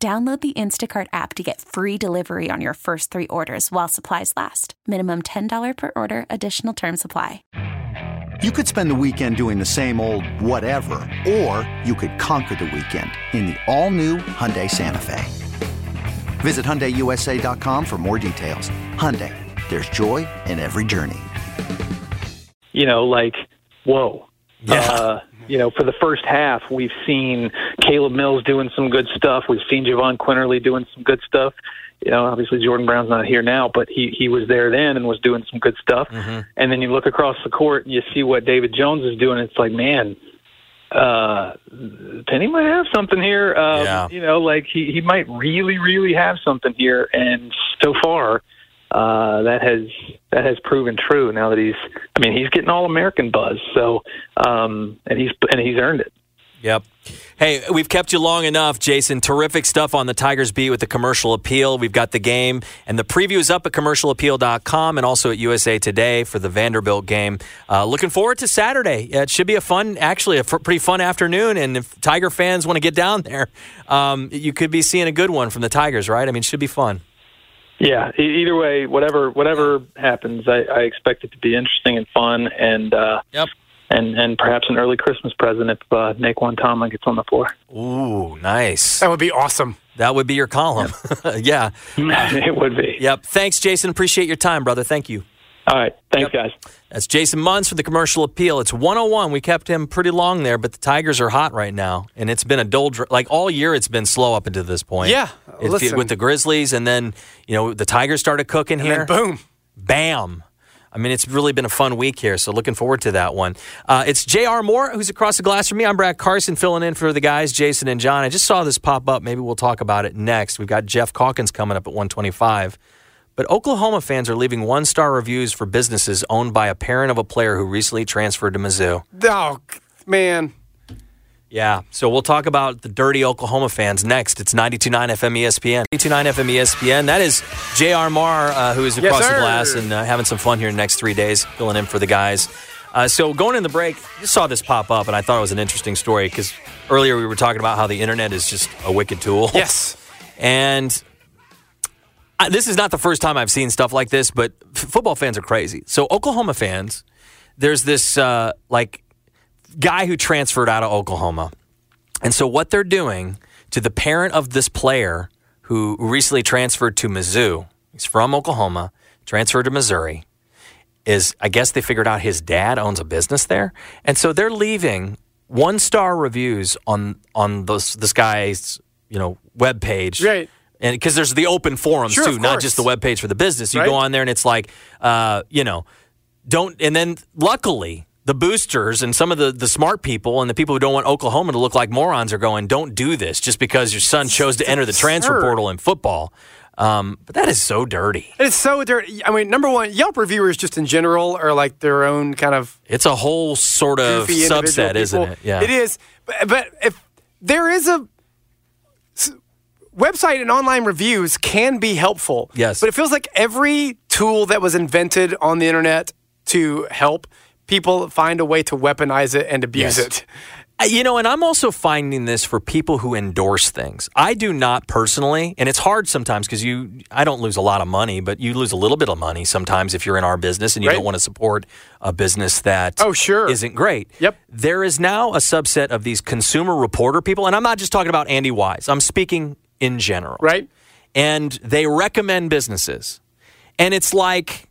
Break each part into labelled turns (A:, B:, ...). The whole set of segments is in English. A: Download the Instacart app to get free delivery on your first three orders while supplies last. Minimum $10 per order, additional term supply.
B: You could spend the weekend doing the same old whatever, or you could conquer the weekend in the all-new Hyundai Santa Fe. Visit HyundaiUSA.com for more details. Hyundai, there's joy in every journey.
C: You know, like, whoa. Yeah. Uh, you know, for the first half, we've seen Caleb Mills doing some good stuff. We've seen Javon Quinterly doing some good stuff. You know, obviously Jordan Brown's not here now, but he he was there then and was doing some good stuff. Mm-hmm. And then you look across the court and you see what David Jones is doing. It's like, man, uh, Penny might have something here. Um, yeah. You know, like he he might really really have something here. And so far, uh, that has that has proven true. Now that he's, I mean, he's getting all American buzz. So, um, and he's and he's earned it.
D: Yep. Hey, we've kept you long enough, Jason. Terrific stuff on the Tigers beat with the commercial appeal. We've got the game, and the preview is up at commercialappeal.com and also at USA Today for the Vanderbilt game. Uh, looking forward to Saturday. It should be a fun, actually, a f- pretty fun afternoon. And if Tiger fans want to get down there, um, you could be seeing a good one from the Tigers, right? I mean, it should be fun.
C: Yeah. E, Either way, whatever whatever happens, I, I expect it to be interesting and fun, and uh, yep. and and perhaps an early Christmas present if uh, Naquan Tomlin gets on the floor.
D: Ooh, nice.
E: That would be awesome.
D: That would be your column. yeah,
C: it would be.
D: Yep. Thanks, Jason. Appreciate your time, brother. Thank you.
C: All right. Thanks, yep. guys.
D: That's Jason Munns for the commercial appeal. It's 101. We kept him pretty long there, but the Tigers are hot right now, and it's been a doldrum. Like all year, it's been slow up until this point.
E: Yeah,
D: it,
E: listen.
D: with the Grizzlies, and then you know the Tigers started cooking
E: and
D: here.
E: boom,
D: bam. I mean, it's really been a fun week here, so looking forward to that one. Uh, it's J.R. Moore who's across the glass from me. I'm Brad Carson filling in for the guys, Jason and John. I just saw this pop up. Maybe we'll talk about it next. We've got Jeff Calkins coming up at 125. But Oklahoma fans are leaving one star reviews for businesses owned by a parent of a player who recently transferred to Mizzou.
E: Oh, man.
D: Yeah, so we'll talk about the dirty Oklahoma fans next. It's 92.9 FM ESPN. 92.9 FM ESPN. That is J.R. Marr, uh, who is across yes, the glass and uh, having some fun here in the next three days, filling in for the guys. Uh, so going in the break, I saw this pop up, and I thought it was an interesting story because earlier we were talking about how the internet is just a wicked tool.
E: Yes.
D: And I, this is not the first time I've seen stuff like this, but f- football fans are crazy. So Oklahoma fans, there's this uh, like guy who transferred out of Oklahoma, and so what they're doing to the parent of this player who recently transferred to Mizzou, he's from Oklahoma, transferred to Missouri, is I guess they figured out his dad owns a business there, and so they're leaving one star reviews on on this this guy's you know web page,
E: right
D: and because there's the open forums
E: sure,
D: too, not just the web page for the business. You right? go on there and it's like, uh, you know, don't. And then luckily, the boosters and some of the, the smart people and the people who don't want Oklahoma to look like morons are going, don't do this just because your son chose to enter the transfer portal in football. Um, but that is so dirty.
E: It's so dirty. I mean, number one, Yelp reviewers just in general are like their own kind of.
D: It's a whole sort of subset,
E: people.
D: isn't it?
E: Yeah, it is. But, but if there is a website and online reviews can be helpful.
D: Yes.
E: But it feels like every tool that was invented on the internet to help people find a way to weaponize it and abuse yes. it.
D: Uh, You know, and I'm also finding this for people who endorse things. I do not personally, and it's hard sometimes because you, I don't lose a lot of money, but you lose a little bit of money sometimes if you're in our business and you right. don't want to support a business that
E: oh sure
D: isn't great.
E: Yep.
D: There is now a subset of these consumer reporter people, and I'm not just talking about Andy Wise. I'm speaking in general.
E: Right.
D: And they recommend businesses. And it's like,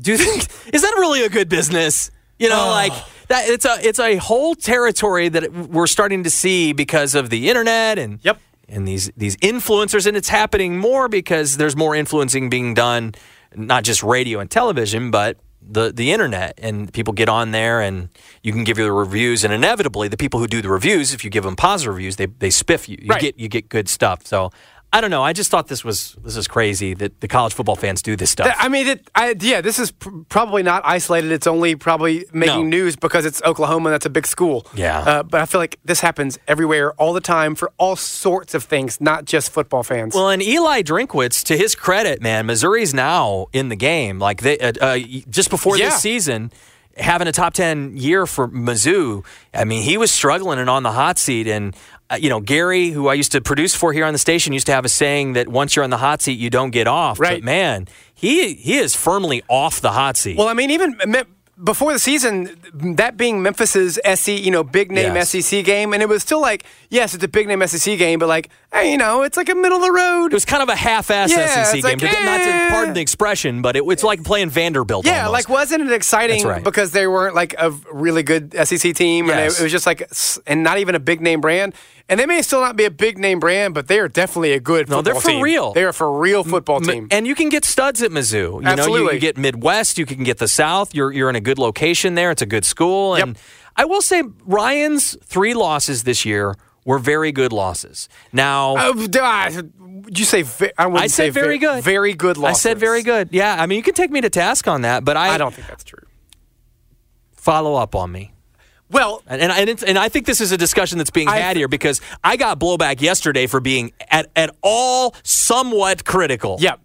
D: do you think, is that really a good business? You know, oh. like that it's a it's a whole territory that we're starting to see because of the internet and
E: yep.
D: and these these influencers and it's happening more because there's more influencing being done not just radio and television but the the internet and people get on there and you can give your reviews and inevitably the people who do the reviews if you give them positive reviews they they spiff you you
E: right.
D: get you get good stuff so I don't know. I just thought this was this is crazy that the college football fans do this stuff.
E: I mean, it, I, yeah, this is pr- probably not isolated. It's only probably making
D: No.
E: news because it's Oklahoma and that's a big school.
D: Yeah.
E: Uh, but I feel like this happens everywhere, all the time, for all sorts of things, not just football fans.
D: Well, and Eli Drinkwitz, to his credit, man, Missouri's now in the game. Like they uh, uh, just before
E: Yeah.
D: this season, having a top ten year for Mizzou. I mean, he was struggling and on the hot seat. And uh, you know, Gary, who I used to produce for here on the station, used to have a saying that once you're on the hot seat, you don't get off.
E: Right.
D: But man, he he is firmly off the hot seat.
E: Well, I mean, even me- before the season, that being Memphis's SC, you know, big name
D: Yes.
E: SEC game, and it was still like, yes, it's a big name SEC game, but like, hey, you know, it's like a middle of the road.
D: it was kind of a half-ass
E: Yeah,
D: SEC
E: it's
D: game.
E: like,
D: to- not to
E: eh.
D: pardon the expression, but it, it's like playing Vanderbilt.
E: Yeah,
D: almost.
E: like wasn't it exciting
D: That's right.
E: because they weren't like a really good SEC team, and
D: Yes.
E: it, it was just like, s- and not even a big name brand. And they may still not be a big name brand, but they are definitely a good.
D: No, they're
E: football
D: for
E: team.
D: real.
E: They are for real football
D: M-
E: team.
D: And you can get studs at Mizzou. You know, you- you,
E: Absolutely.
D: get Midwest, you can get the South. You're you're in a good location there. It's a good school. And
E: Yep.
D: I will say Ryan's three losses this year were very good losses. Now
E: Uh, do I- did you say? Ve- I, wouldn't
D: I
E: say
D: said very
E: ve-
D: good.
E: Very good. Losses.
D: I said very good. Yeah, I mean you can take me to task on that, but I,
E: I don't think that's true.
D: follow up on me.
E: Well,
D: And and, and, it's, and I think this is a discussion that's being
E: I-
D: had here because I got blowback yesterday for being at, at all somewhat critical.
E: Yep.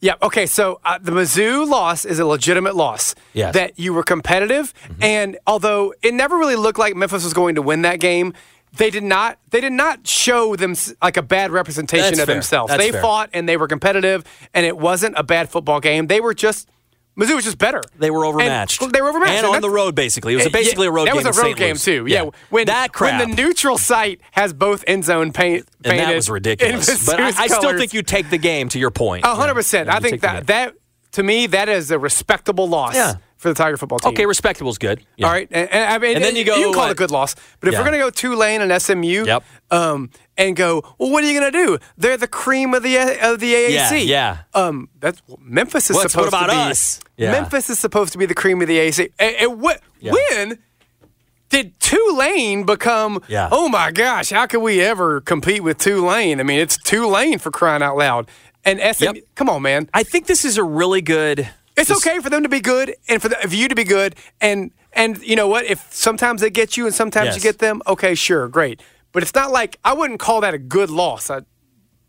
E: Yep. Okay. So uh, the Mizzou loss is a legitimate loss.
D: Yes. Mm-hmm.
E: That you were competitive, and although it never really looked like Memphis was going to win that game, they did not. They did not show them like a bad representation
D: That's
E: of
D: fair.
E: themselves.
D: That's
E: they
D: fair.
E: fought and they were competitive, and it wasn't a bad football game. They were just Mizzou was just better.
D: They were
E: And
D: overmatched.
E: they were overmatched.
D: And on the
E: that's- Eh,
D: road, basically. It was
E: Yeah,
D: basically a road
E: that
D: game.
E: was a
D: in St.
E: road game
D: Louis.
E: too. Yeah. When
D: that crap.
E: when the neutral site has both end zone paint
D: and
E: painted.
D: that was
E: in
D: ridiculous. But I,
E: Mizzou's
D: I still
E: colors.
D: think you take the game to your point.
E: A hundred percent.
D: Yeah,
E: I
D: you
E: think
D: take the game.
E: that that to me that is a respectable loss
D: Yeah.
E: for the Tiger football team.
D: okay, respectable's good. Yeah.
E: All right, and, and I mean,
D: And then you go,
E: can call it a
D: what?
E: good loss, but if
D: Yeah.
E: we're gonna go Tulane and SMU,
D: Yep.
E: um, and go, well, what are you gonna do? They're the cream of the of the AAC.
D: Yeah, yeah.
E: Um, that's Memphis is
D: What's- what
E: supposed
D: about
E: to be.
D: us? Yeah.
E: Memphis is supposed to be the cream of the AAC. And, and what
D: Yeah.
E: when? Did Tulane become?
D: Yeah.
E: Oh my gosh! How could we ever compete with Tulane? I mean, it's Tulane for crying out loud. And SMU,
D: Yep.
E: come on, man.
D: I think this is a really good.
E: It's
D: this-
E: okay for them to be good and for, the, for you to be good. And and you know what? If sometimes they get you and sometimes
D: Yes.
E: you get them, okay, sure, great. But it's not like I wouldn't call that a good loss. I,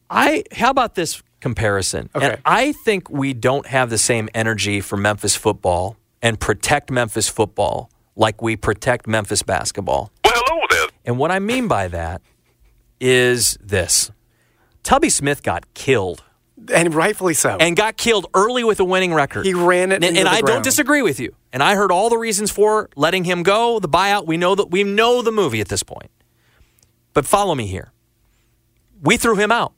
D: I how about this comparison?
E: Okay.
D: And I think we don't have the same energy for Memphis football and protect Memphis football like we protect Memphis basketball.
F: Well, hello there.
D: And what I mean by that is this. Tubby Smith got killed
E: and rightfully so.
D: and got killed early with a winning record.
E: He ran it
D: and,
E: into
D: and
E: the
D: I don't
E: ground.
D: disagree with you. And I heard all the reasons for letting him go, the buyout. We know that we know the movie at this point. But follow me here. We threw him out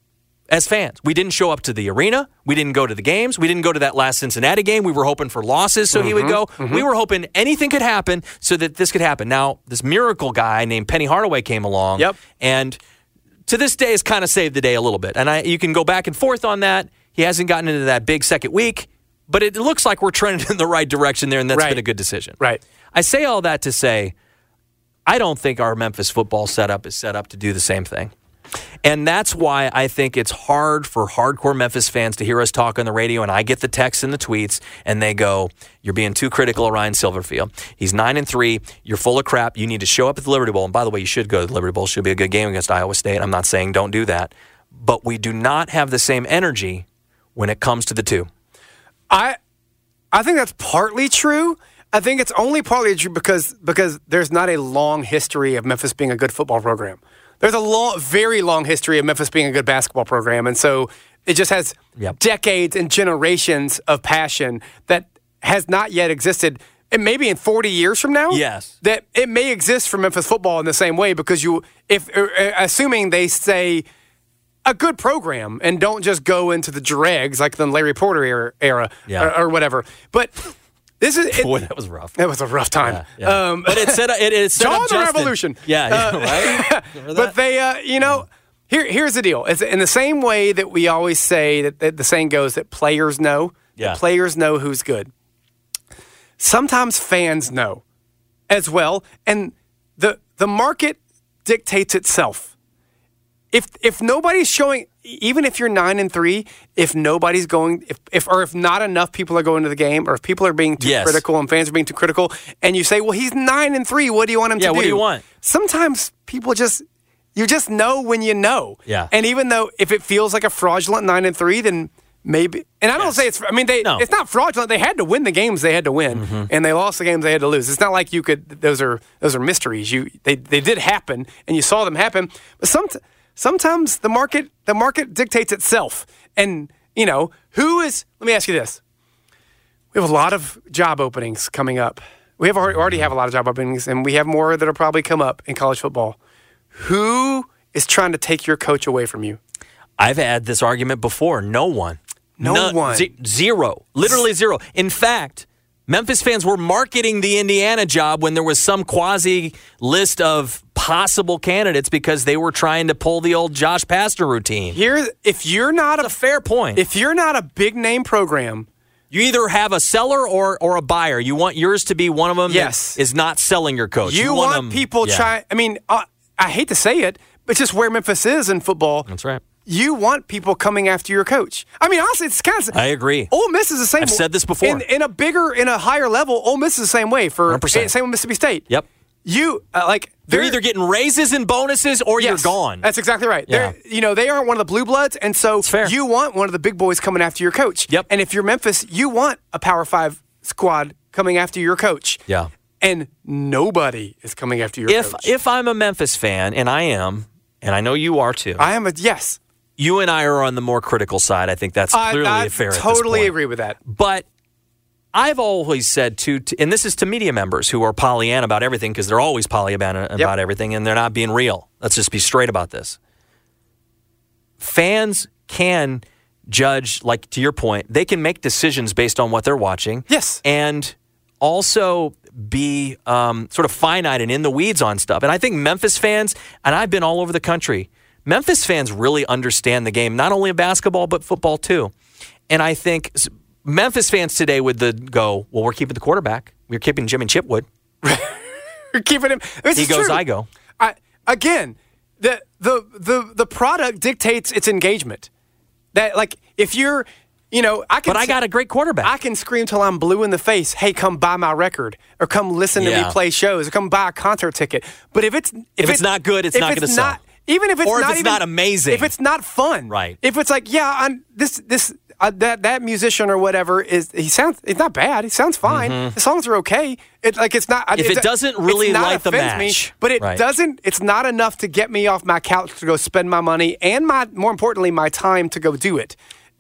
D: as fans. We didn't show up to the arena. We didn't go to the games. We didn't go to that last Cincinnati game. We were hoping for losses so he would
E: Mm-hmm.
D: go. We were hoping anything could happen so that this could happen. Now, this miracle guy named Penny Hardaway came along.
E: Yep.
D: And to this day has kind of saved the day a little bit. And I, you can go back and forth on that. He hasn't gotten into that big second week, but it looks like we're trending in the right direction there, and that's
E: Right.
D: been a good decision.
E: Right.
D: I say all that to say I don't think our Memphis football setup is set up to do the same thing. And that's why I think it's hard for hardcore Memphis fans to hear us talk on the radio. And I get the texts and the tweets, and they go, "You're being too critical of Ryan Silverfield. He's nine and three. You're full of crap. You need to show up at the Liberty Bowl. And by the way, you should go to the Liberty Bowl. Should be a good game against Iowa State. I'm not saying don't do that, but we do not have the same energy when it comes to the two.
E: I I think that's partly true. I think it's only partly true because because there's not a long history of Memphis being a good football program. There's a long, very long history of Memphis being a good basketball program, and so it just has
D: Yep.
E: decades and generations of passion that has not yet existed. And maybe in 40 years from now,
D: Yes.
E: that it may exist for Memphis football in the same way because you, if er, er, assuming they say a good program and don't just go into the dregs like the Larry Porter era, era
D: Yeah.
E: or, or whatever. But this is it,
D: Boy, that was rough.
E: that was a rough time.
D: Yeah.
E: Um,
D: but it set up. It, it set
E: Dawn
D: up
E: of the
D: Justin.
E: Revolution. Uh,
D: Yeah, yeah, right. Remember that?
E: but they, uh, you know, here here's the deal. It's in the same way that we always say that, that the saying goes that players know. that
D: Yeah.
E: players know who's good. Sometimes fans know as well, and the the market dictates itself. If if nobody's showing, e, even if you're nine and three, if nobody's going, if, if or if not enough people are going to the game, or if people are being too
D: Yes.
E: critical and fans are being too critical, and you say, "Well, he's nine and three. What do you want him
D: Yeah,
E: to do?"
D: what do you want?
E: Sometimes people just you just know when you know.
D: Yeah.
E: And even though if it feels like a fraudulent nine and three, then maybe. And I don't say it's. I mean, they.
D: No.
E: It's not fraudulent. They had to win the games they had to win, and they lost the games they had to lose. It's not like you could. Those are those are mysteries. You they they did happen, and you saw them happen. But some sometimes the market the market dictates itself, and you know who is. Let me ask you this. We have a lot of job openings coming up. We have already, already have a lot of job openings, and we have more that'll probably come up in college football. Who is trying to take your coach away from you?
D: I've had this argument before. No one.
E: No one.
D: ze- zero. Literally zero. In fact, Memphis fans were marketing the Indiana job when there was some quasi list of possible candidates because they were trying to pull the old Josh Pastor routine.
E: Here, if you're not a
D: That's a fair point.
E: if you're not a big name program,
D: you either have a seller or or a buyer. You want yours to be one of them
E: Yes.
D: that is not selling your coach.
E: you, want,
D: them-
E: people
D: yeah,
E: try. I mean, uh, I hate to say it, but just where Memphis is in football,
D: That's right.
E: you want people coming after your coach. I mean, honestly, it's kind of.
D: I agree.
E: Ole Miss is the same.
D: I've said this before.
E: In, in a bigger, in a higher level, Ole Miss is the same way for
D: 100%.
E: same with Mississippi State.
D: Yep.
E: You uh, like
D: They're
E: they're-
D: either getting raises and bonuses or
E: Yes,
D: you're gone.
E: That's exactly right. They're- You know, they aren't one of the blue bloods, and so
D: fair.
E: you want one of the big boys coming after your coach.
D: Yep.
E: And if you're Memphis, you want a Power Five squad coming after your coach.
D: Yeah.
E: And nobody is coming after your
D: if
E: coach.
D: if I'm a Memphis fan, and I am, and I know you are too,
E: I am a yes,
D: you and I are on the more critical side. I think that's
E: I,
D: clearly
E: I
D: fair. at this
E: totally
D: point.
E: agree with that.
D: But I've always said to, to- and this is to media members who are Pollyanna about everything because they're always Pollyanna about
E: Yep.
D: everything, and they're not being real. Let's just be straight about this. Fans can judge, like to your point, they can make decisions based on what they're watching.
E: Yes.
D: and also be um, sort of finite and in the weeds on stuff. And I think Memphis fans, and I've been all over the country, Memphis fans really understand the game, not only in basketball, but football too. And I think s- Memphis fans today would the go, well, we're keeping the quarterback. We're keeping Jim and Chipwood.
E: You're keeping him. This
D: He
E: is
D: goes,
E: true.
D: I go.
E: I, again, the, the the the product dictates its engagement. That like if you're, you know, I can.
D: But I got a great quarterback.
E: I can scream till I'm blue in the face, hey, come buy my record, or come listen to
D: Yeah.
E: me play shows, or come buy a concert ticket. But if it's if,
D: it's not good, it's
E: if
D: not gonna sell.
E: not- Even if it's
D: Or if
E: not
D: it's
E: even-
D: not amazing.
E: if it's not fun,
D: Right.
E: If it's like, yeah, I'm, this this uh, that that musician or whatever is he sounds it's not bad, he sounds fine,
D: Mm-hmm.
E: the songs are okay. It like it's not. I-
D: If it
E: it's-
D: doesn't
E: it's
D: really
E: not
D: light the
E: offends me,
D: match.
E: but it
D: Right.
E: doesn't. It's not enough to get me off my couch to go spend my money and my more importantly my time to go do it.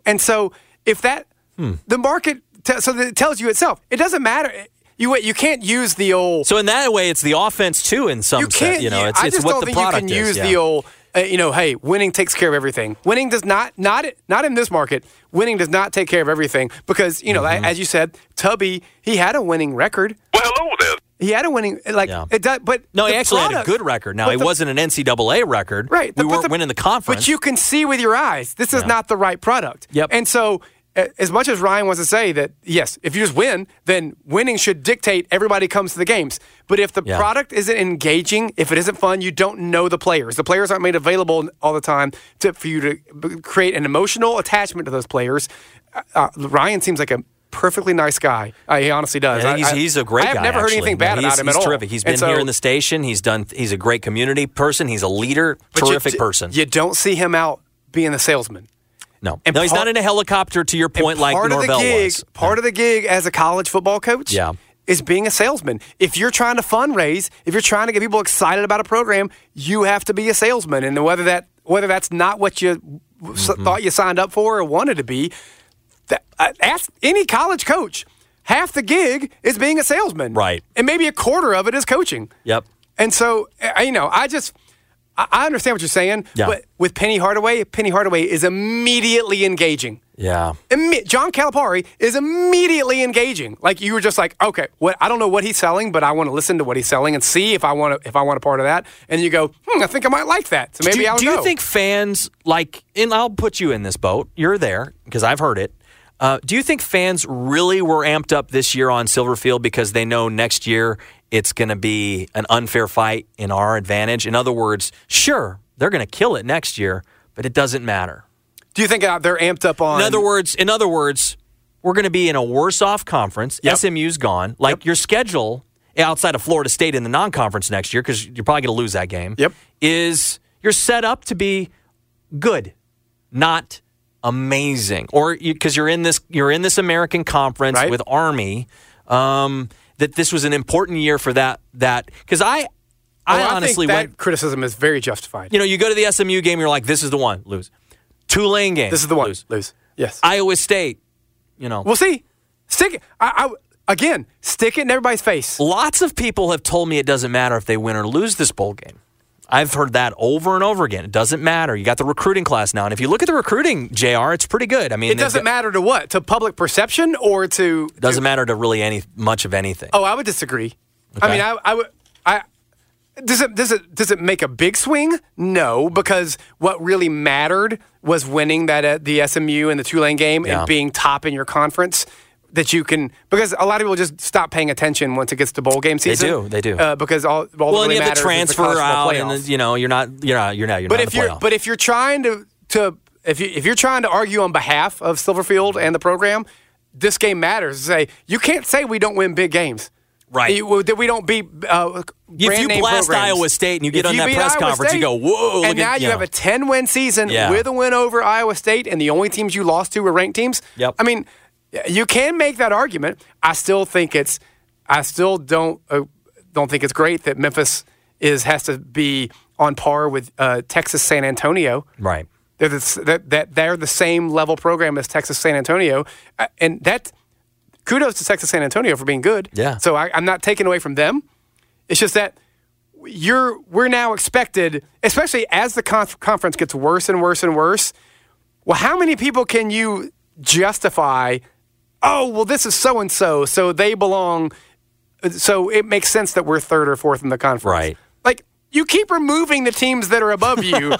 E: And so if that
D: Hmm.
E: the market te- so that it tells you itself, it doesn't matter. You you can't use the old
D: So in that way, it's the offense too. In some
E: you
D: sense,
E: can't.
D: you know,
E: u-
D: it's,
E: I
D: it's
E: just
D: what
E: don't
D: the
E: think you
D: product
E: can
D: is.
E: use
D: yeah.
E: the old. Uh, you know, hey, winning takes care of everything. Winning does not not not in this market. Winning does not take care of everything because you know,
D: Mm-hmm.
E: like- as you said, Tubby he had a winning record.
F: Well, hello there.
E: He had a winning like
D: Yeah.
E: it does, but
D: No, he
E: the
D: actually had
E: product-
D: a good record. Now,
E: but
D: it
E: the-
D: wasn't an NCAA record.
E: Right.
D: We
E: but
D: weren't winning the conference.
E: But you can see with your eyes, this is not the right product.
D: Yep.
E: And so, a- as much as Ryan wants to say that, yes, if you just win, then winning should dictate everybody comes to the games. But if the
D: Yeah.
E: product isn't engaging, if it isn't fun, you don't know the players. The players aren't made available all the time to, for you to b- create an emotional attachment to those players. Uh, Uh, Ryan seems like a perfectly nice guy. Uh, he honestly does.
D: I think he's, he's a great
E: I have
D: guy.
E: never
D: actually.
E: heard anything
D: No,
E: bad
D: he's,
E: about him
D: he's
E: at all.
D: terrific. He's
E: And
D: been here
E: so-
D: in the station. He's done. He's a great community person. He's a leader.
E: but you
D: Terrific
E: d-
D: person.
E: You don't see him out being the salesman.
D: no,
E: and
D: no, he's
E: part-
D: not in a helicopter. To your point,
E: And
D: like
E: part
D: Norvell
E: of the gig,
D: was.
E: Part of the gig as a college football coach
D: Yeah.
E: is being a salesman. If you're trying to fundraise, if you're trying to get people excited about a program, you have to be a salesman. And whether that whether that's not what you s
D: Mm-hmm.
E: thought you signed up for or wanted to be, that, uh, ask any college coach. Half the gig is being a salesman,
D: Right.
E: And maybe a quarter of it is coaching.
D: Yep.
E: And so, uh, I- you know, I just, I I understand what you're saying,
D: Yeah.
E: but with Penny Hardaway, Penny Hardaway is immediately engaging.
D: Yeah.
E: Imme- John Calipari is immediately engaging. Like you were just like, okay, what? I don't know what he's selling, but I want to listen to what he's selling and see if I want to if I want a part of that. And you go, hmm, I think I might like that. So maybe
D: do,
E: I'll
D: do
E: go.
D: you think fans like and i'll put you in this boat you're there because i've heard it uh, do you think fans really were amped up this year on silverfield because they know next year it's going to be an unfair fight in our advantage in other words sure they're going to kill it next year but it doesn't matter
E: Do you think uh, they're amped up on?
D: In other words, in other words, we're going to be in a worse off conference.
E: Yep.
D: SMU's gone. Like your schedule outside of Florida State in the non conference next year, because you're probably going to lose that game.
E: Yep.
D: Is you're set up to be good, not amazing, or because you, are in this you're in this American conference
E: Right.
D: with Army. Um, that this was an important year for that that because I.
E: Oh,
D: I honestly
E: think that
D: went
E: criticism is very justified.
D: you know, you go to the SMU game, you're like, this is the one, lose. Tulane game,
E: this is the one.
D: lose.
E: Lose. Yes.
D: Iowa State, you know.
E: we'll see. Stick it. I, I, again, stick it in everybody's face.
D: lots of people have told me it doesn't matter if they win or lose this bowl game. I've heard that over and over again. It doesn't matter. You got the recruiting class now, and if you look at the recruiting, Jr., it's pretty good. I mean,
E: It doesn't matter to what? To public perception or to.
D: It doesn't matter to really any much of anything.
E: Oh, I would disagree. I
D: Okay.
E: mean, I, I would. I does it does it does it make a big swing? No, because what really mattered was winning that uh, the SMU and the Tulane game
D: Yeah.
E: and being top in your conference. That you can because a lot of people just stop paying attention once it gets to bowl game season.
D: do, they do.
E: Uh, because all, all that
D: well,
E: really
D: and you have
E: matters
D: the
E: is the
D: transfer
E: college football
D: out, and
E: playoffs.
D: then, you know, you're not, you're not, you're not, you're
E: But
D: not
E: if
D: in the
E: you're
D: playoff.
E: but if you're trying to to if you if you're trying to argue on behalf of Silverfield and the program, this game matters. Say you can't say we don't win big games,
D: Right.
E: You, that we don't beat. Uh, brand
D: you
E: name
D: blast
E: programs.
D: Iowa State and you get
E: If
D: on that
E: beat
D: press
E: Iowa
D: conference, you
E: State,
D: go, "Whoa," look
E: And now
D: at-
E: you
D: yeah.
E: have a ten win season
D: Yeah.
E: with a win over Iowa State, and the only teams you lost to were ranked teams.
D: Yep.
E: I mean, you can make that argument. I still think it's. I still don't uh, don't think it's great that Memphis is has to be on par with uh, Texas San Antonio.
D: right.
E: They're the, that, that they're the same level program as Texas San Antonio, Uh, and that kudos to Texas San Antonio for being good.
D: Yeah.
E: So I, I'm not taking away from them. It's just that you're we're now expected, especially as the conf- conference gets worse and worse and worse. Well, how many people can you justify? Oh, well, this is so and so, so they belong. So it makes sense that we're third or fourth in the conference.
D: Right.
E: Like you keep removing the teams that are above you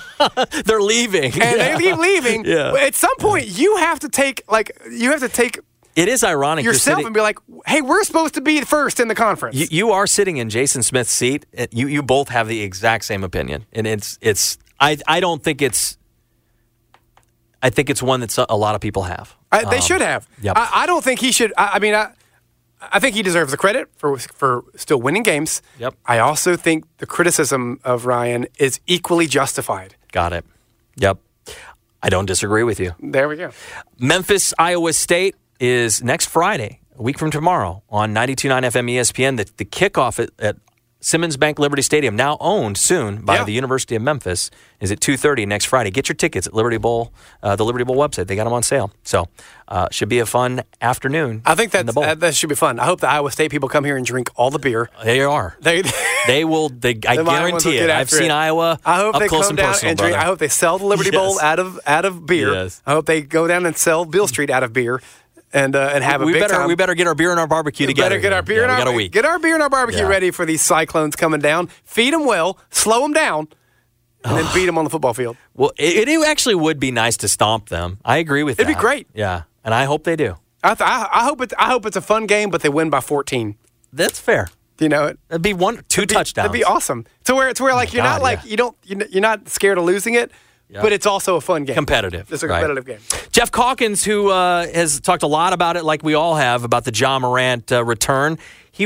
D: They're leaving.
E: and
D: Yeah.
E: they keep leaving.
D: Yeah.
E: At some point, you have to take like you have to take
D: It is ironic. you're
E: yourself
D: sitting-
E: and be like, "Hey, we're supposed to be first in the conference."
D: You, you are sitting in Jason Smith's seat. and You you both have the exact same opinion, and it's it's I I don't think it's I think it's one that a lot of people have.
E: I, they
D: Um,
E: should have.
D: Yep.
E: I, I don't think he should. I, I mean, I, I think he deserves the credit for for still winning games.
D: Yep.
E: I also think the criticism of Ryan is equally justified.
D: Got it. Yep. I don't disagree with you.
E: There we go.
D: Memphis, Iowa State is next Friday, a week from tomorrow, on 92.9 FM ESPN. The, the kickoff at, at Simmons Bank Liberty Stadium, now owned soon by
E: Yeah.
D: the University of Memphis, is at 2.30 next Friday. Get your tickets at Liberty Bowl, uh, the Liberty Bowl website. They got them on sale. So uh, should be a fun afternoon.
E: I think
D: in
E: that
D: the bowl.
E: that, that should be fun. I hope the Iowa State people come here and drink all the beer.
D: they are.
E: They.
D: They will. They, I
E: the Iowa ones uh, will
D: guarantee
E: get
D: it. I've
E: after
D: seen
E: it.
D: Iowa
E: I hope
D: up
E: they
D: close
E: come
D: and
E: down
D: personal.
E: and drink.
D: brother.
E: I hope they sell the Liberty Bowl
D: Yes.
E: out of out of beer.
D: Yes.
E: I hope they go down and sell Bill Street out of beer, and uh, and have a
D: we
E: big
D: better
E: time.
D: we better get our beer and our barbecue
E: We
D: together.
E: better get
D: here.
E: our beer
D: Yeah,
E: and
D: we
E: our
D: got a week.
E: get our beer and our barbecue
D: Yeah.
E: ready for these cyclones coming down. Feed them well, slow them down, and then beat them on the football field.
D: Well, it, it actually would be nice to stomp them. I agree with
E: It'd
D: that.
E: be great.
D: Yeah, and I hope they do.
E: I, th- I, I hope it's I hope it's a fun game, but they win by fourteen.
D: That's fair.
E: You know, it-
D: That'd be one, two
E: be-
D: touchdowns. Oh
E: That'd be awesome. To where it's where like you're
D: God,
E: not like
D: yeah.
E: you don't you're n- you're not scared of losing it, but it's also a fun game.
D: Competitive,
E: It's a
D: right.
E: competitive game.
D: Jeff Calkins, who uh, has talked a lot about it, like we all have, about the John Morant uh, return, he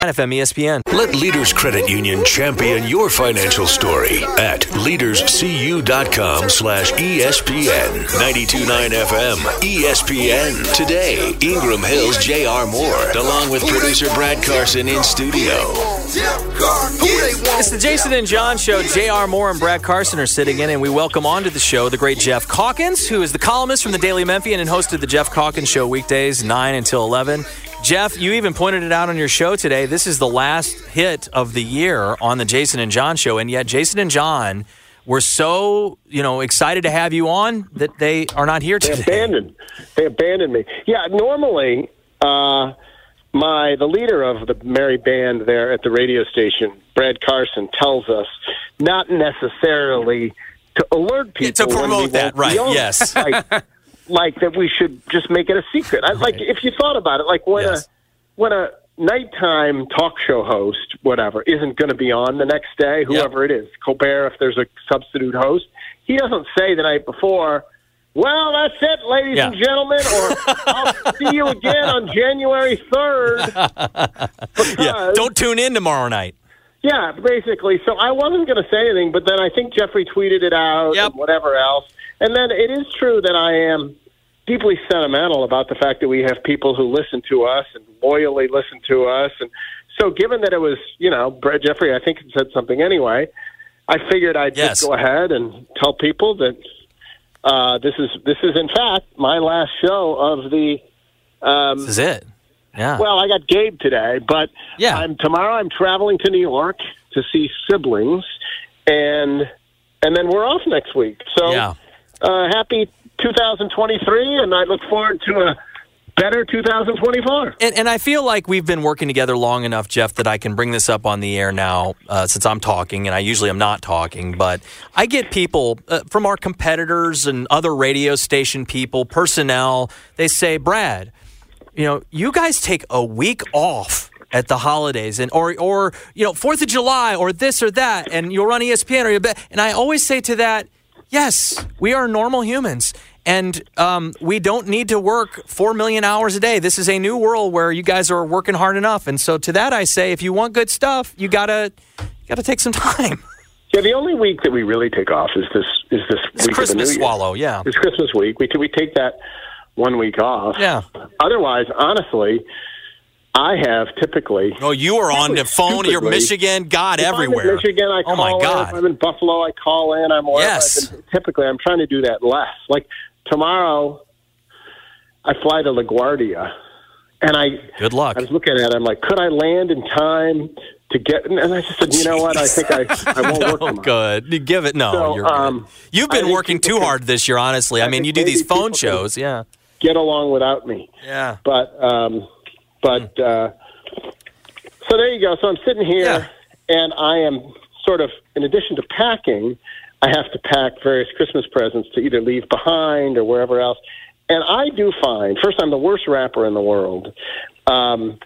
D: FM ESPN.
G: Let Leaders Credit Union champion your financial story at leaderscu.com slash E ESPN. 92.9 FM, ESPN. Today, Ingram Hills, J.R. Moore, along with producer Brad Carson in studio.
D: It's the Jason and John show. J.R. Moore and Brad Carson are sitting in, and we welcome onto the show the great Jeff Calkins, who is the columnist from the Daily Memphian and hosted the Jeff Calkins show weekdays 9 until 11. Jeff, you even pointed it out on your show today. This is the last hit of the year on the Jason and John show, and yet Jason and John were so, you know, excited to have you on that they are not here
H: They
D: today.
H: abandoned. They abandoned me. Yeah, normally, uh, my the leader of the merry band there at the radio station, Brad Carson, tells us not necessarily to alert people
D: Yeah, to
H: when we
D: promote that,
H: won't
D: right,
H: be on.
D: yes.
H: like, like that we should just make it a secret. I, Like if you thought about it, like when
D: Yes.
H: a when a nighttime talk show host, whatever, isn't going to be on the next day, whoever it is, Colbert, if there's a substitute host, he doesn't say the night before. Well, that's it, ladies
D: Yeah.
H: and gentlemen, or I'll see you again on January 3rd.
D: Yeah,
H: Because-
D: don't tune in tomorrow night.
H: yeah, basically. So I wasn't going to say anything, but then I think Jeffrey tweeted it out
D: Yep.
H: and whatever else. And then it is true that I am deeply sentimental about the fact that we have people who listen to us and loyally listen to us. And so, given that it was, you know, Brett Jeffrey, I think had said something anyway. I figured I'd
D: Yes.
H: just go ahead and tell people that uh, this is this is in fact my last show of the. Um,
D: This is it. Yeah.
H: well, I got Gabe today, but
D: Yeah.
H: I'm tomorrow. I'm traveling to New York to see siblings, and and then we're off next week. So
D: Yeah.
H: uh, happy 2023, and I look forward to a better 2024.
D: and, and I feel like we've been working together long enough, Jeff, that I can bring this up on the air now uh, since I'm talking, and I usually am not talking, but I get people uh, from our competitors and other radio station people, personnel, they say, Brad, you know, you guys take a week off at the holidays and or or you know, 4th of July or this or that and E you're on ESPN or you bet and I always say to that, yes, we are normal humans and um, we don't need to work 4 million hours a day. This is a new world where you guys are working hard enough. And so to that I say if you want good stuff, you got to you got to take some time.
H: Yeah, the only week that we really take off is this is this
D: It's
H: week of the New
D: Christmas
H: Year.
D: swallow, yeah.
H: It's Christmas week. We we take that one week off.
D: Yeah.
H: Otherwise, honestly, I have typically
D: Oh, you are on the phone, you're
H: Stupidly.
D: Michigan, God
H: If I'm
D: everywhere.
H: in Michigan, I call
D: oh my
H: in. If
D: god.
H: I'm in Buffalo, I call in. I'm wherever.
D: Yes.
H: I've been- typically, I'm trying to do that less. Like tomorrow, I fly to LaGuardia, and I
D: Good luck.
H: I was looking at it. I'm like, could I land in time to get? And I just said, you know what? I think I, I won't work
D: Oh,
H: tomorrow.
D: good. You give it. No,
H: So,
D: you're good.
H: um,
D: You've
H: I
D: been
H: think
D: working
H: people
D: too
H: can-
D: hard this year, honestly. I,
H: I
D: mean,
H: think
D: you do these
H: maybe
D: phone
H: people can-
D: shows. Yeah.
H: Get along without me.
D: Yeah.
H: But um, but
E: Hmm.
H: uh, so there you go. So I'm sitting here,
D: Yeah.
H: and I am sort of in addition to packing, I have to pack various Christmas presents to either leave behind or wherever else. And I do find first I'm the worst rapper in the world. Um,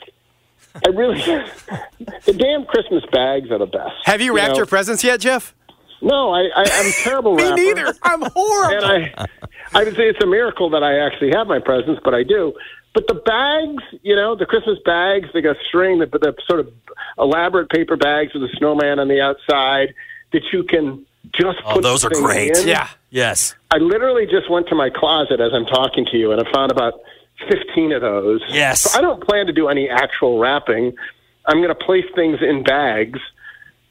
H: I really the damn Christmas bags are the best.
E: Have you wrapped
H: know?
E: your presents yet, Jeff?
H: No, I, I I'm a terrible.
E: Me
H: rapper.
E: neither. I'm
H: And
E: horrible.
H: I, I would say it's a miracle that I actually have my presents, but I do. But the bags, you know, the Christmas bags, they got string, the, the sort of elaborate paper bags with a snowman on the outside that you can just
D: Oh,
H: put
D: those are
H: things
D: great.
H: in.
E: Yeah.
D: Yes.
H: I literally just went to my closet as I'm talking to you, and I found about 15 of those.
D: Yes.
H: So I don't plan to do any actual wrapping. I'm going to place things in bags,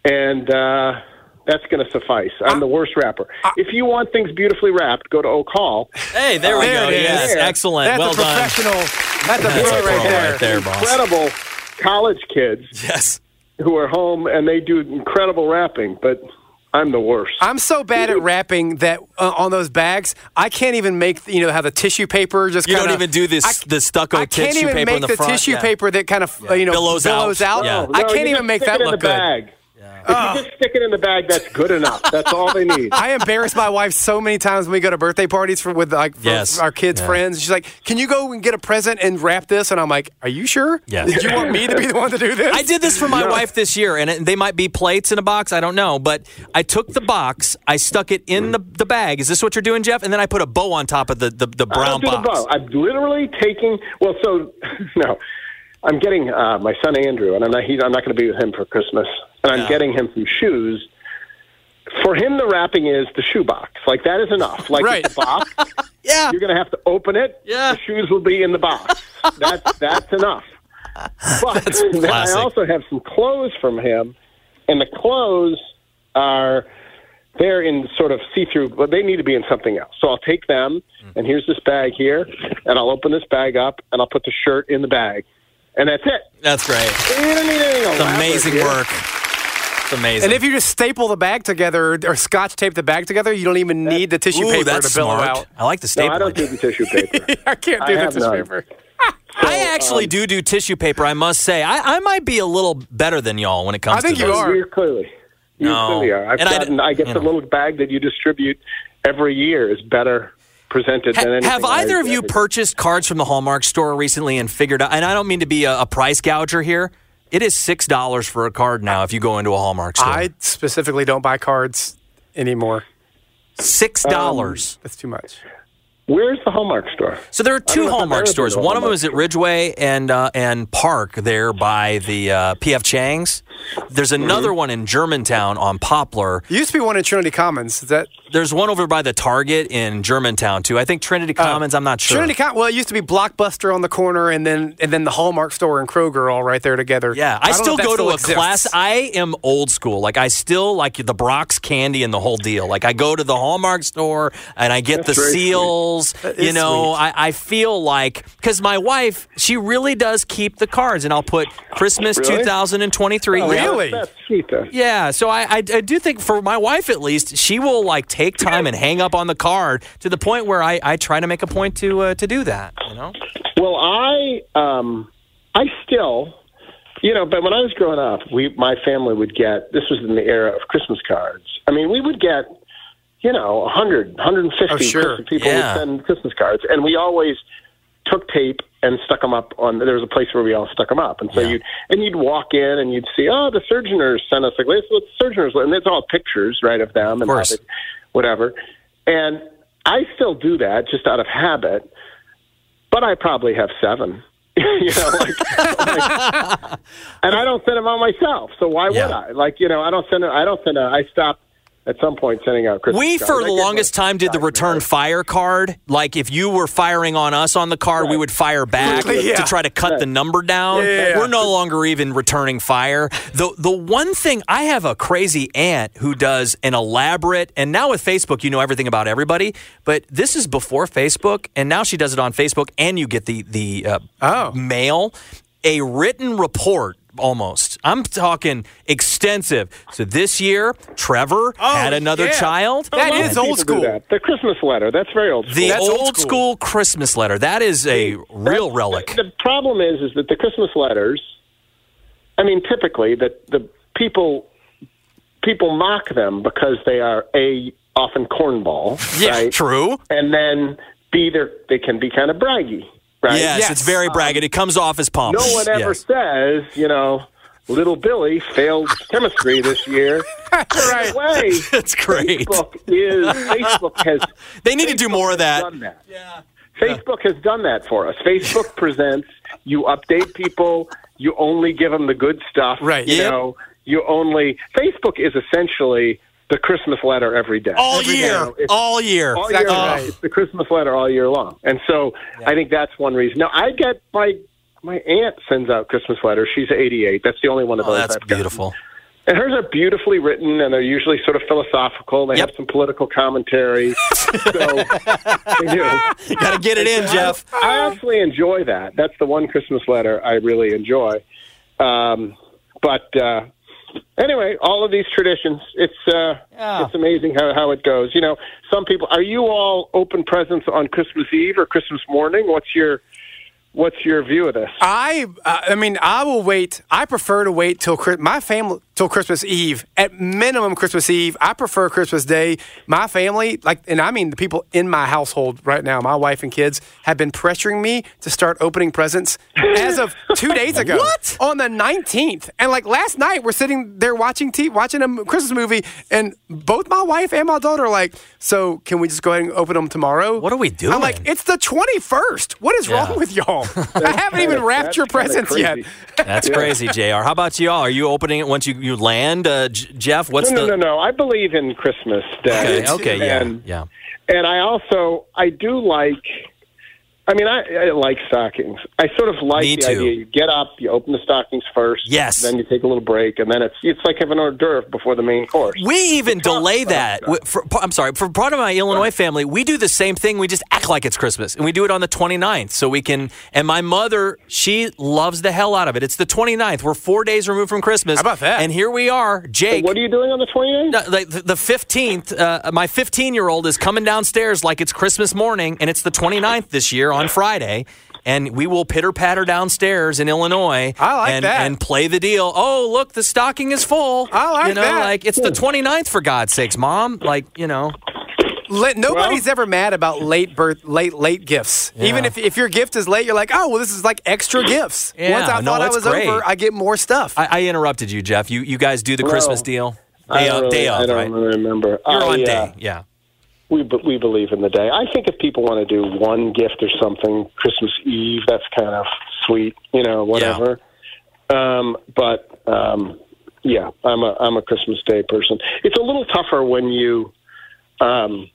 H: and uh, that's going to suffice. I'm the worst wrapper. if you want things beautifully wrapped, go to Oak Hall.
D: Hey, there we
E: Oh, There
D: go.
E: it is.
D: Yes. Excellent.
E: That's
D: well
E: a
D: done.
E: professional. That's a
D: That's
E: pro
D: a
E: right
D: pro
E: there.
D: right there, boss.
H: Incredible college kids
D: Yes.
H: who are home, and they do incredible wrapping, but I'm the worst.
E: I'm so bad at wrapping that uh, on those bags, I can't even make you know how the tissue paper just.
D: You don't
E: kinda-
D: even do this-
E: I c-
D: the stucco
E: I can't
D: tissue
E: even
D: paper
E: make
D: on the front,
E: tissue
D: yeah.
E: paper that kind of you know
D: Billows out. Yeah.
H: No,
E: I
H: no,
E: can't even
H: you just
E: make
H: stick
E: that
H: it in
E: look
H: the
E: good.
H: Bag. If you just stick it in the bag, that's good enough. That's all they need.
E: I embarrass my wife so many times when we go to birthday parties for with like for
D: Yes.
E: our kids'
D: Yeah.
E: friends. She's like, "Can you go and get a present and wrap this?" And I'm like, "Are you sure?
D: Yeah.
E: Did you want me to be the one to do this?"
D: I did this for my wife this year, and it, they might be plates in a box. I don't know, but I took the box, I stuck it in the, the bag. Is this what you're doing, Jeff? And then I put a bow on top of the the, the
H: I
D: brown
H: don't do the
D: box.
H: bow. I'm literally taking. Well, so no, I'm getting uh, my son Andrew, and I'm not. He, I'm not going to be with him for Christmas, and I'm getting him some shoes. For him, the wrapping is the shoe box. Like that is enough. Like
E: Right.
H: it's a box.
D: Yeah.
H: You're going to have to open it.
D: Yeah.
H: The shoes will be in the box. That's that's enough. But then I
D: classic.
H: also have some clothes from him, and the clothes are they're in sort of see through, but they need to be in something else. So I'll take them,
D: Mm.
H: and here's this bag here, and I'll open this bag up, and I'll put the shirt in the bag, and that's it.
D: That's great.
H: You don't need anything
D: It's amazing work. It's amazing.
E: And if you just staple the bag together or scotch tape the bag together, you don't even need the tissue
D: Ooh,
E: paper
D: that's
E: to billow
D: smart.
E: out.
D: I like the
H: No,
D: staple.
H: I don't do the tissue paper.
E: I can't
H: I
E: do the
H: have
E: tissue
H: none.
E: paper.
D: I
H: um,
D: actually do do tissue paper. I must say, I, I might be a little better than y'all when it comes.
E: I think
D: to
E: you
D: this.
E: are.
H: You're clearly, you
D: No.
H: clearly are. I've
D: And I d-
H: gotten, I, get
D: you
H: the
D: know.
H: little bag that you distribute every year is better presented than
D: Ha-
H: anything.
D: have either
H: I
D: of you
H: ever-
D: purchased cards from the Hallmark store recently and figured out? And I don't mean to be a, a price gouger here. It is six dollars for a card now if you go into a Hallmark store.
E: I specifically don't buy cards anymore.
D: six
H: Um,
D: dollars.
E: That's too much.
H: Where's the Hallmark store?
D: so there are
H: I don't
D: two
H: know if I've ever
D: Hallmark
H: been
D: stores.
H: to a
D: One of them
H: Hallmark
D: is at Ridgeway and uh, and Park there by the uh, PF Chang's. There's
H: Mm-hmm.
D: another one in Germantown on Poplar.
E: There used to be one in Trinity Commons. Is that
D: There's one over by the Target in Germantown too. I think Trinity
H: Oh.
D: Commons. I'm not sure.
E: Trinity Commons? Well, it used to be Blockbuster on the corner, and then and then the Hallmark store and Kroger are all right there together.
D: Yeah, I,
E: don't know
D: still
E: if that
D: go to a
E: exists.
D: class. I am old school. Like I still like the Brock's candy and the whole deal. Like I go to the Hallmark store and I get the
H: very sweet.
D: seals. You
E: is
D: know, I, I feel like because my wife, she really does keep the cards, and I'll put Christmas
H: Really?
D: 2023.
H: Oh,
D: Yeah.
E: Really?
H: That's sweet, though.
D: Yeah, so I, I I do think for my wife at least, she will like take time and hang up on the card to the point where I, I try to make a point to uh, to do that. You know,
H: Well, I um, I still, you know, but when I was growing up, we my family would get this was in the era of Christmas cards. I mean, we would get, you know, 100, 150
E: Oh, sure.
H: Christmas people
D: Yeah.
H: would send Christmas cards, and we always took tape and stuck them up on. There was a place where we all stuck them up, and so you'd and you'd walk in and you'd see, oh, the surgeoners sent us like this, what the surgeoners, and it's all pictures, right, of them and how
D: course.
H: they- whatever. And I still do that just out of habit but I probably have seven. you know, like, like- and I don't send them out myself. So why would
D: Yeah.
H: I? Like, you know, I don't send. it- I don't send. A, I stopped at some point sending out Christmas.
D: We,
H: cards.
D: for
H: I
D: the
H: get
D: longest
H: my-
D: time, did the return fire card. Like, if you were firing on us on the card, we would fire back
E: Quickly, yeah.
D: to try to cut the number down.
E: Yeah.
D: We're no longer even returning fire. The, the one thing, I have a crazy aunt who does an elaborate, and now with Facebook, you know everything about everybody, but this is before Facebook, and now she does it on Facebook, and you get the, the uh,
E: Oh.
D: mail, a written report. Almost. I'm talking extensive. So this year, Trevor had another
E: yeah.
D: child.
E: That is
H: Oh, People
E: old
H: do
E: school.
H: that. The Christmas letter. That's very old school.
D: The
E: That's
D: old,
E: old
D: school.
E: school.
D: Christmas letter. That is a real relic.
H: The problem is, is that the Christmas letters. I mean, typically that the people people mock them because they are a often cornball, right?
D: true.
H: and then b they they can be kind of braggy, right? Um,
D: Yes,
E: Yes.
D: it's very braggart. It comes off as pomp.
H: No one ever
D: Yes.
H: says, you know, little Billy failed chemistry this year.
E: Right.
H: No way.
D: That's great.
H: Facebook is Facebook has
D: They need to do more of that.
H: done that. Yeah. Facebook has done that for us. Facebook presents you update people, you only give them the good stuff.
E: Right.
H: You
D: Yep.
H: know, you only Facebook is essentially the Christmas letter every day.
D: All year.
H: know, it's-
D: All year. Oh,
H: all
E: Exactly
H: year long.
E: right.
H: It's the Christmas letter all year long, and so I think that's one reason. Now I get my my aunt sends out Christmas letters. She's 88. That's the only one of
D: Oh,
H: those.
D: that's
H: I've gotten.
D: beautiful.
H: And hers are beautifully written, and they're usually sort of philosophical. They
D: Yep.
H: have some political commentary. so they do.
D: Got to get it in, Jeff.
H: I
E: Uh,
H: actually enjoy that. That's the one Christmas letter I really enjoy. Um, but uh, anyway, all of these traditions, it's uh, it's amazing how, how it goes. You know, some people. Are you all open presents on Christmas Eve or Christmas morning? What's your What's your view of this?
E: I, uh, I mean, I will wait. I prefer to wait till Chri- my family till Christmas Eve. At minimum, Christmas Eve. I prefer Christmas Day. My family, like, and I mean the people in my household right now, my wife and kids, have been pressuring me to start opening presents as of two days ago. what on the nineteenth? And like last night, we're sitting there watching t- watching a m- Christmas movie, and both my wife and my daughter are like, "So can we just go ahead and open them tomorrow?"
D: What are we
E: I'm like,
D: doing?
E: "It's the twenty first. What is
D: Yeah.
E: wrong with y'all?" I haven't even
H: That's-
E: wrapped
H: that's
E: your
H: kinda
E: presents yet.
H: crazy.
D: That's crazy, Jr. How about y'all? Are you opening it once you, you land, uh, J- Jeff? What's
H: no,
D: the
H: no, no, no. I believe in Christmas Day.
D: okay? Okay, yeah,
H: And-
D: yeah.
H: and I also I do like. I mean, I, I like stockings. I sort of like
D: Me
H: the
D: too.
H: idea. You get up, you open the stockings first.
D: Yes.
H: Then you take a little break, and then it's it's like having hors d'oeuvre before the main course.
D: We even delay that. We- For, I'm sorry. For part of my Illinois family, we do the same thing. We just act like it's Christmas, and we do it on the 29th, so we can. And my mother, she loves the hell out of it. It's the 29th. We're four days removed from Christmas.
E: How about that?
D: And here we are, Jake.
H: What are you doing on the 29th?
D: No, like the the 15th, uh, my 15 year old is coming downstairs like it's Christmas morning, and it's the 29th this year on Friday. And we will pitter patter downstairs in Illinois
E: I like
D: and,
E: that.
D: and play the deal. Oh, look, the stocking is full.
E: I like
D: You know,
E: that.
D: like it's the 29th, for God's sakes, Mom. Like, you know,
E: Let, nobody's ever mad about late birth, late late gifts. Even if if your gift is late, you're like, oh well, this is like extra gifts.
D: Yeah,
E: Once I
D: no,
E: thought I
D: that's
E: was
D: great.
E: over, I get more stuff.
D: I, I interrupted you, Jeff. You you guys do the Christmas deal.
H: I
D: Day
H: don't
D: up,
H: really-
D: day up,
H: I don't
D: right?
H: really remember.
D: You're
H: I,
D: on
H: uh,
D: day, yeah.
H: We, be- we believe in the day. I think if people want to do one gift or something, Christmas Eve, that's kind of sweet, you know, whatever. Um, but um, yeah, I'm a I'm a Christmas Day person. It's a little tougher when you, um,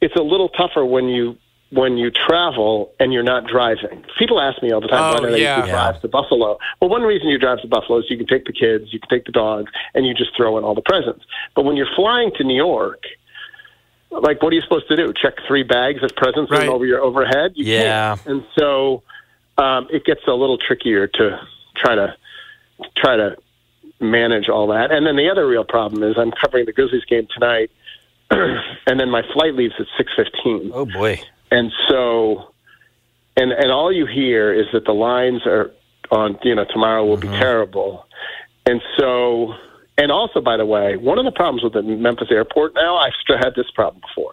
H: it's a little tougher when you when you travel and you're not driving. People ask me all the time,
E: Oh,
H: why don't
E: yeah.
H: you drive to Buffalo? Well, one reason you drive to Buffalo is you can take the kids, you can take the dogs, and you just throw in all the presents. But when you're flying to New York, like what are you supposed to do? Check three bags of presents in
E: Right.
H: over your overhead? You
D: Yeah.
H: can't. And so um, it gets a little trickier to try to try to manage all that. And then the other real problem is I'm covering the Grizzlies game tonight, and then my flight leaves at six fifteen,
D: Oh boy.
H: and so and and all you hear is that the lines are on. You know, tomorrow will
D: Mm-hmm.
H: be terrible, and so. And also, by the way, one of the problems with the Memphis airport now, I've st- had this problem before.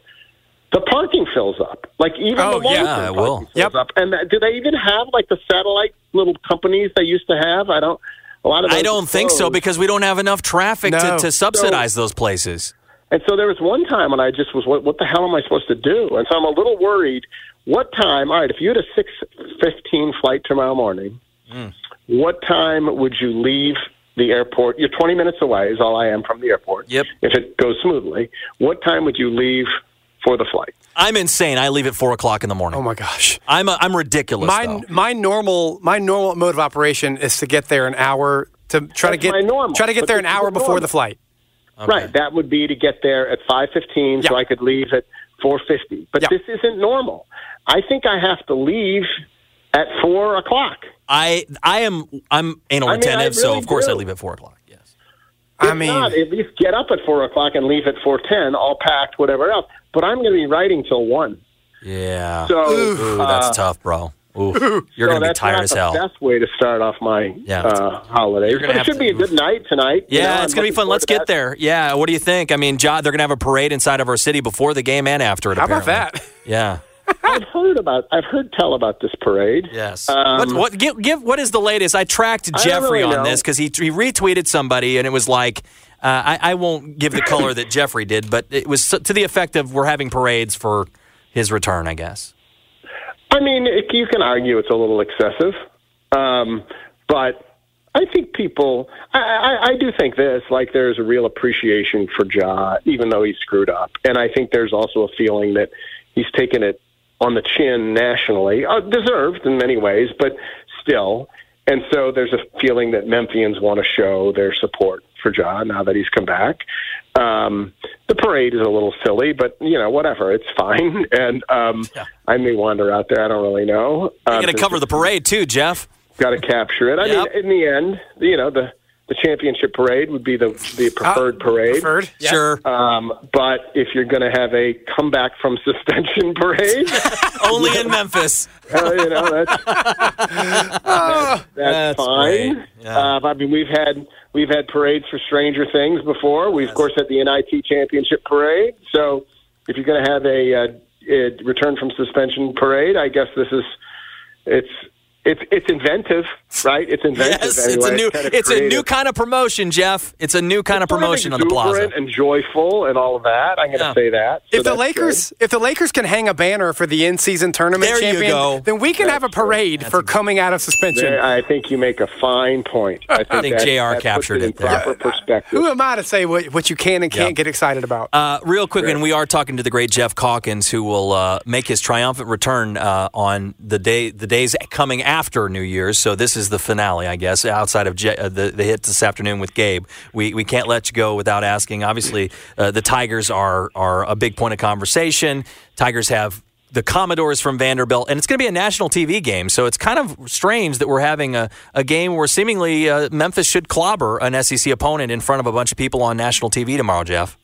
H: The parking fills up. Like even
E: Oh,
H: the long
E: yeah,
D: it
H: parking
D: will.
H: fills
E: Yep.
H: up. And that, do they even have like the satellite little companies they used to have? I don't. A lot of those
D: I don't
H: are
D: think so
H: closed.
D: because we don't have enough traffic
E: No.
D: to, to subsidize those places.
H: And so there was one time when I just was, what, what the hell am I supposed to do? And so I'm a little worried. What time? All right, if you had a six fifteen flight tomorrow morning,
E: Mm.
H: what time would you leave the airport? You're 20 minutes away is all I am from the airport.
D: Yep.
H: If it goes smoothly, what time would you leave for the flight?
D: I'm insane. I leave at four o'clock in the morning.
E: oh my gosh.
D: I'm a, I'm ridiculous.
E: My
D: though.
E: my normal my normal mode of operation is to get there an hour to try
H: That's
E: to
H: my
E: get
H: normal,
E: try to get
H: but
E: there an
H: this is
E: hour
H: the
E: before
H: normal.
E: the flight.
H: Right. That would be to get there at five fifteen, so
E: Yeah.
H: I could leave at four fifty. But
E: Yeah.
H: this isn't normal. I think I have to leave at four o'clock.
D: I I am I'm anal
H: I mean, I
D: retentive, so
H: really
D: of course I
H: do.
D: leave at four o'clock. Yes.
E: I
H: If
E: mean,
H: not, at least get up at four o'clock and leave at four ten, all packed, whatever else. But I'm going to be writing till one.
D: Yeah.
H: So uh,
D: Ooh, that's tough, bro. Ooh. You're
H: so
D: gonna be
H: that's
D: tired
H: not
D: as
H: the
D: hell.
H: best way to start off my
D: Yeah.
H: uh, holiday.
D: You're gonna
H: But it
D: have
H: should
D: to-
H: be a good night tonight. you
D: Yeah,
H: know,
D: it's gonna be
H: I'm looking
D: fun.
H: forward
D: Let's
H: to
D: get
H: that.
D: there. Yeah. What do you think? I mean, John, they're gonna have a parade inside of our city before the game and after it.
E: how about
D: apparently.
E: that?
D: Yeah.
H: I've heard about. I've heard tell about this parade.
D: Yes.
H: Um,
D: what, what give, give what is the latest? I tracked
H: don't
D: Jeffrey
H: really
D: on
H: know.
D: this because he he retweeted somebody and it was like uh, I I won't give the color that Jeffrey did, but it was so- to the effect of we're having parades for his return, I guess.
H: Uh, I mean, it, you can argue it's a little excessive, um, but I think people. I, I, I do think this. Like, there's a real appreciation for Ja, even though he screwed up, and I think there's also a feeling that he's taken it on the chin nationally, uh, deserved in many ways, but still. And so there's a feeling that Memphians want to show their support for Ja now that he's come back. Um, the parade is a little silly, but you know whatever, it's fine. And um, I may wander out there. I don't really know. Uh,
D: You're gonna cover the parade too, Jeff.
H: Got to capture it. I
D: Yep.
H: mean, in the end, you know the the championship parade would be the the preferred parade.
E: Preferred? Yeah.
D: Sure.
H: Um, but if you're going to have a comeback from suspension parade,
D: Only in Memphis.
H: uh, you know that's that's,
D: Ah, That's
H: fine.
D: great. Yeah.
H: Uh, I mean, we've had we've had parades for Stranger Things before. We of course had the NIT Championship Parade. So if you're going to have a, uh a return from suspension parade, I guess this is it's. It's it's inventive, right? It's inventive.
D: Yes,
H: anyway.
D: it's a new
H: kind of
D: it's a
H: creative.
D: new kind of promotion, Jeff. It's a new kind of
H: Sort
D: promotion on the plaza.
H: exuberant and joyful and all of that. I'm going to
D: Yeah.
H: say that. So
E: If the
H: that's
E: Lakers, if the Lakers can hang a banner for the in-season tournament
D: There you
E: champion,
D: go.
E: then we can have a parade for coming out of
H: good.
E: suspension.
H: There- I think you make a fine point. I think,
D: think
H: that-
D: JR
H: that puts
D: captured
H: in
D: it there.
H: Proper perspective.
E: Who am I to say what, what you can and can't
D: Yeah.
E: get excited about?
D: Uh, real quick, and we are talking to the great Jeff Calkins, who will uh, make his triumphant return uh, on the day, the days coming after New Year's. So this is the finale, I guess, outside of Je- uh, the, the hit this afternoon with Gabe. We we can't let you go without asking. Obviously, uh, the Tigers are are a big point of conversation. Tigers have. The Commodores from Vanderbilt, and it's going to be a national TV game, so it's kind of strange that we're having a, a game where seemingly uh, Memphis should clobber an SEC opponent in front of a bunch of people on national TV tomorrow, Jeff.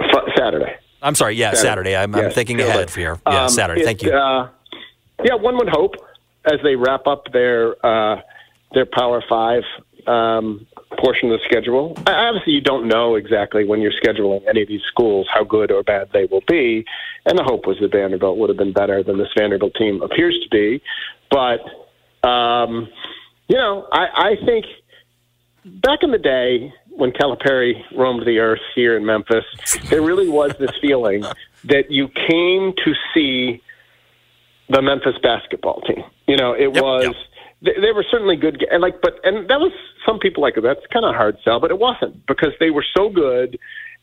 H: F- Saturday.
D: I'm sorry. Yeah, Saturday. I'm, I'm
H: Yes,
D: thinking
H: Saturday.
D: ahead here. Yeah,
H: Um,
D: Saturday.
H: it,
D: Thank you.
H: Uh, yeah, one would hope as they wrap up their uh, their Power Five um, portion of the schedule. Uh, Obviously, you don't know exactly when you're scheduling any of these schools how good or bad they will be, and the hope was that Vanderbilt would have been better than this Vanderbilt team appears to be. But um, you know, I, I think back in the day when Calipari roamed the earth here in Memphis, there really was this feeling that you came to see the Memphis basketball team. You know, it was They, they were certainly good, ga- and like, but and that was some people like that's kind of hard sell, but it wasn't because they were so good,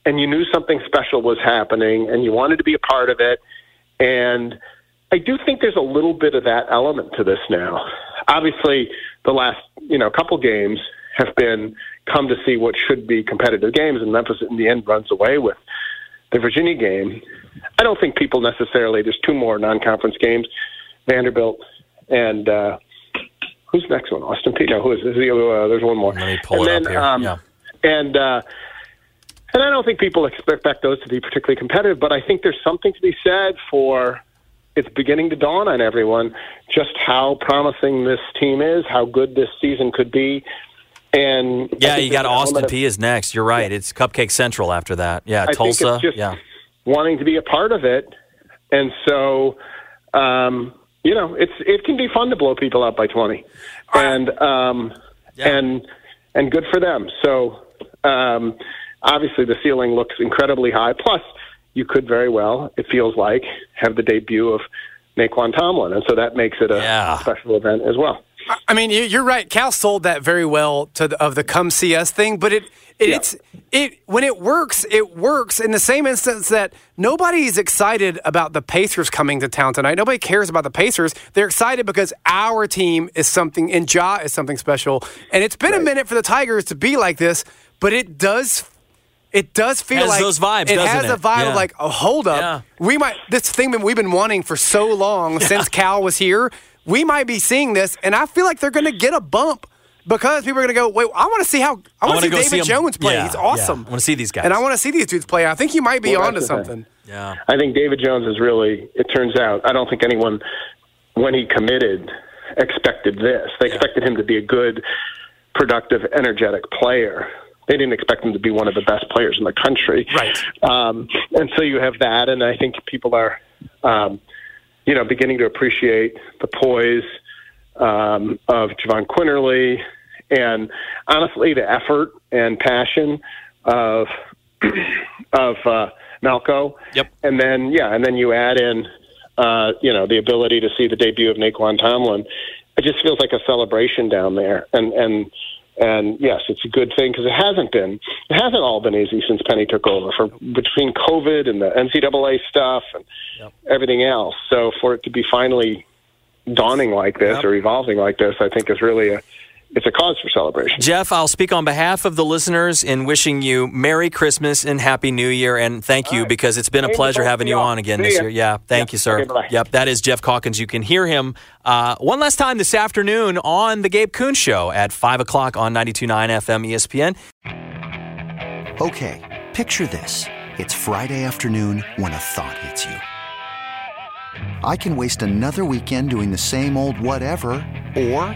H: and you knew something special was happening, and you wanted to be a part of it, and I do think there's a little bit of that element to this now. Obviously, the last you know couple games have been come to see what should be competitive games, and Memphis in the end runs away with the Virginia game. I don't think people necessarily. There's two more non-conference games: Vanderbilt and uh, who's the next one? Austin Peay. No, who is this? Uh, there's one more.
D: Let me pull
H: and
D: it up
H: then,
D: here.
H: Um,
D: Yeah.
H: And uh, and I don't think people expect back those to be particularly competitive, but I think there's something to be said for it's beginning to dawn on everyone just how promising this team is, how good this season could be. And I
D: yeah,
H: think
D: you got
H: there's an
D: Austin
H: element of
D: P is next. You're right. It's Cupcake Central after that. Yeah,
H: I
D: Tulsa.
H: think it's just
D: yeah.
H: wanting to be a part of it, and so um, you know, it's it can be fun to blow people up by twenty, and um, and and good for them. So um, obviously, the ceiling looks incredibly high. Plus, you could very well, it feels like, have the debut of Naquan Tomlin, and so that makes it a
D: Yeah.
H: special event as well.
E: I mean, you- you're right. Cal sold that very well to the, of the "come see us" thing, but it, it it's it when it works, it works in the same instance that nobody's excited about the Pacers coming to town tonight. Nobody cares about the Pacers. They're excited because our team is something, and Ja is something special. And it's been a minute for the Tigers to be like this, but it does. It does feel
D: Has
E: like
D: those vibes,
E: It
D: doesn't
E: has
D: it?
E: a vibe
D: Yeah.
E: of like, oh, hold up,
D: Yeah.
E: we might this thing that we've been wanting for so long since Cal was here. We might be seeing this, and I feel like they're going to get a bump because people are going to go. Wait, I want to see how I
D: wanna
E: want to see
D: go
E: David
D: see 'em."
E: Jones play.
D: Yeah,
E: He's awesome.
D: yeah. I wanna see these guys.
E: and I want to see these dudes play. I think you might be
H: Well,
E: onto
H: that's the thing.
E: something.
D: Yeah.
H: I think David Jones is really, it turns out, I don't think anyone, when he committed, expected this. They expected him to be a good, productive, energetic player. They didn't expect him to be one of the best players in the country.
E: Right.
H: Um, and so you have that, and I think people are, um, you know, beginning to appreciate the poise um, of Javon Quinterly and honestly the effort and passion of of uh, Malco.
D: Yep.
H: And then yeah, and then you add in uh, you know the ability to see the debut of Naquan Tomlin. It just feels like a celebration down there, and and and yes, it's a good thing because it hasn't been it hasn't all been easy since Penny took over for between COVID and the NCAA stuff and everything else. So for it to be finally dawning like this or evolving like this, I think is really a it's a cause for celebration.
D: Jeff, I'll speak on behalf of the listeners in wishing you Merry Christmas and Happy New Year, and thank you because it's been a
H: Thank you
D: pleasure
H: both
D: having
H: for
D: you
H: y'all.
D: on again
H: See
D: this
H: ya.
D: year. Yeah, thank
H: Yeah.
D: you, sir.
H: Okay, bye-bye.
D: yep, that is Jeff Calkins. You can hear him uh, one last time this afternoon on the Gabe Kuhn Show at five o'clock on 92.9 FM ESPN.
B: Okay, picture this. It's Friday afternoon when a thought hits you. I can waste another weekend doing the same old whatever, or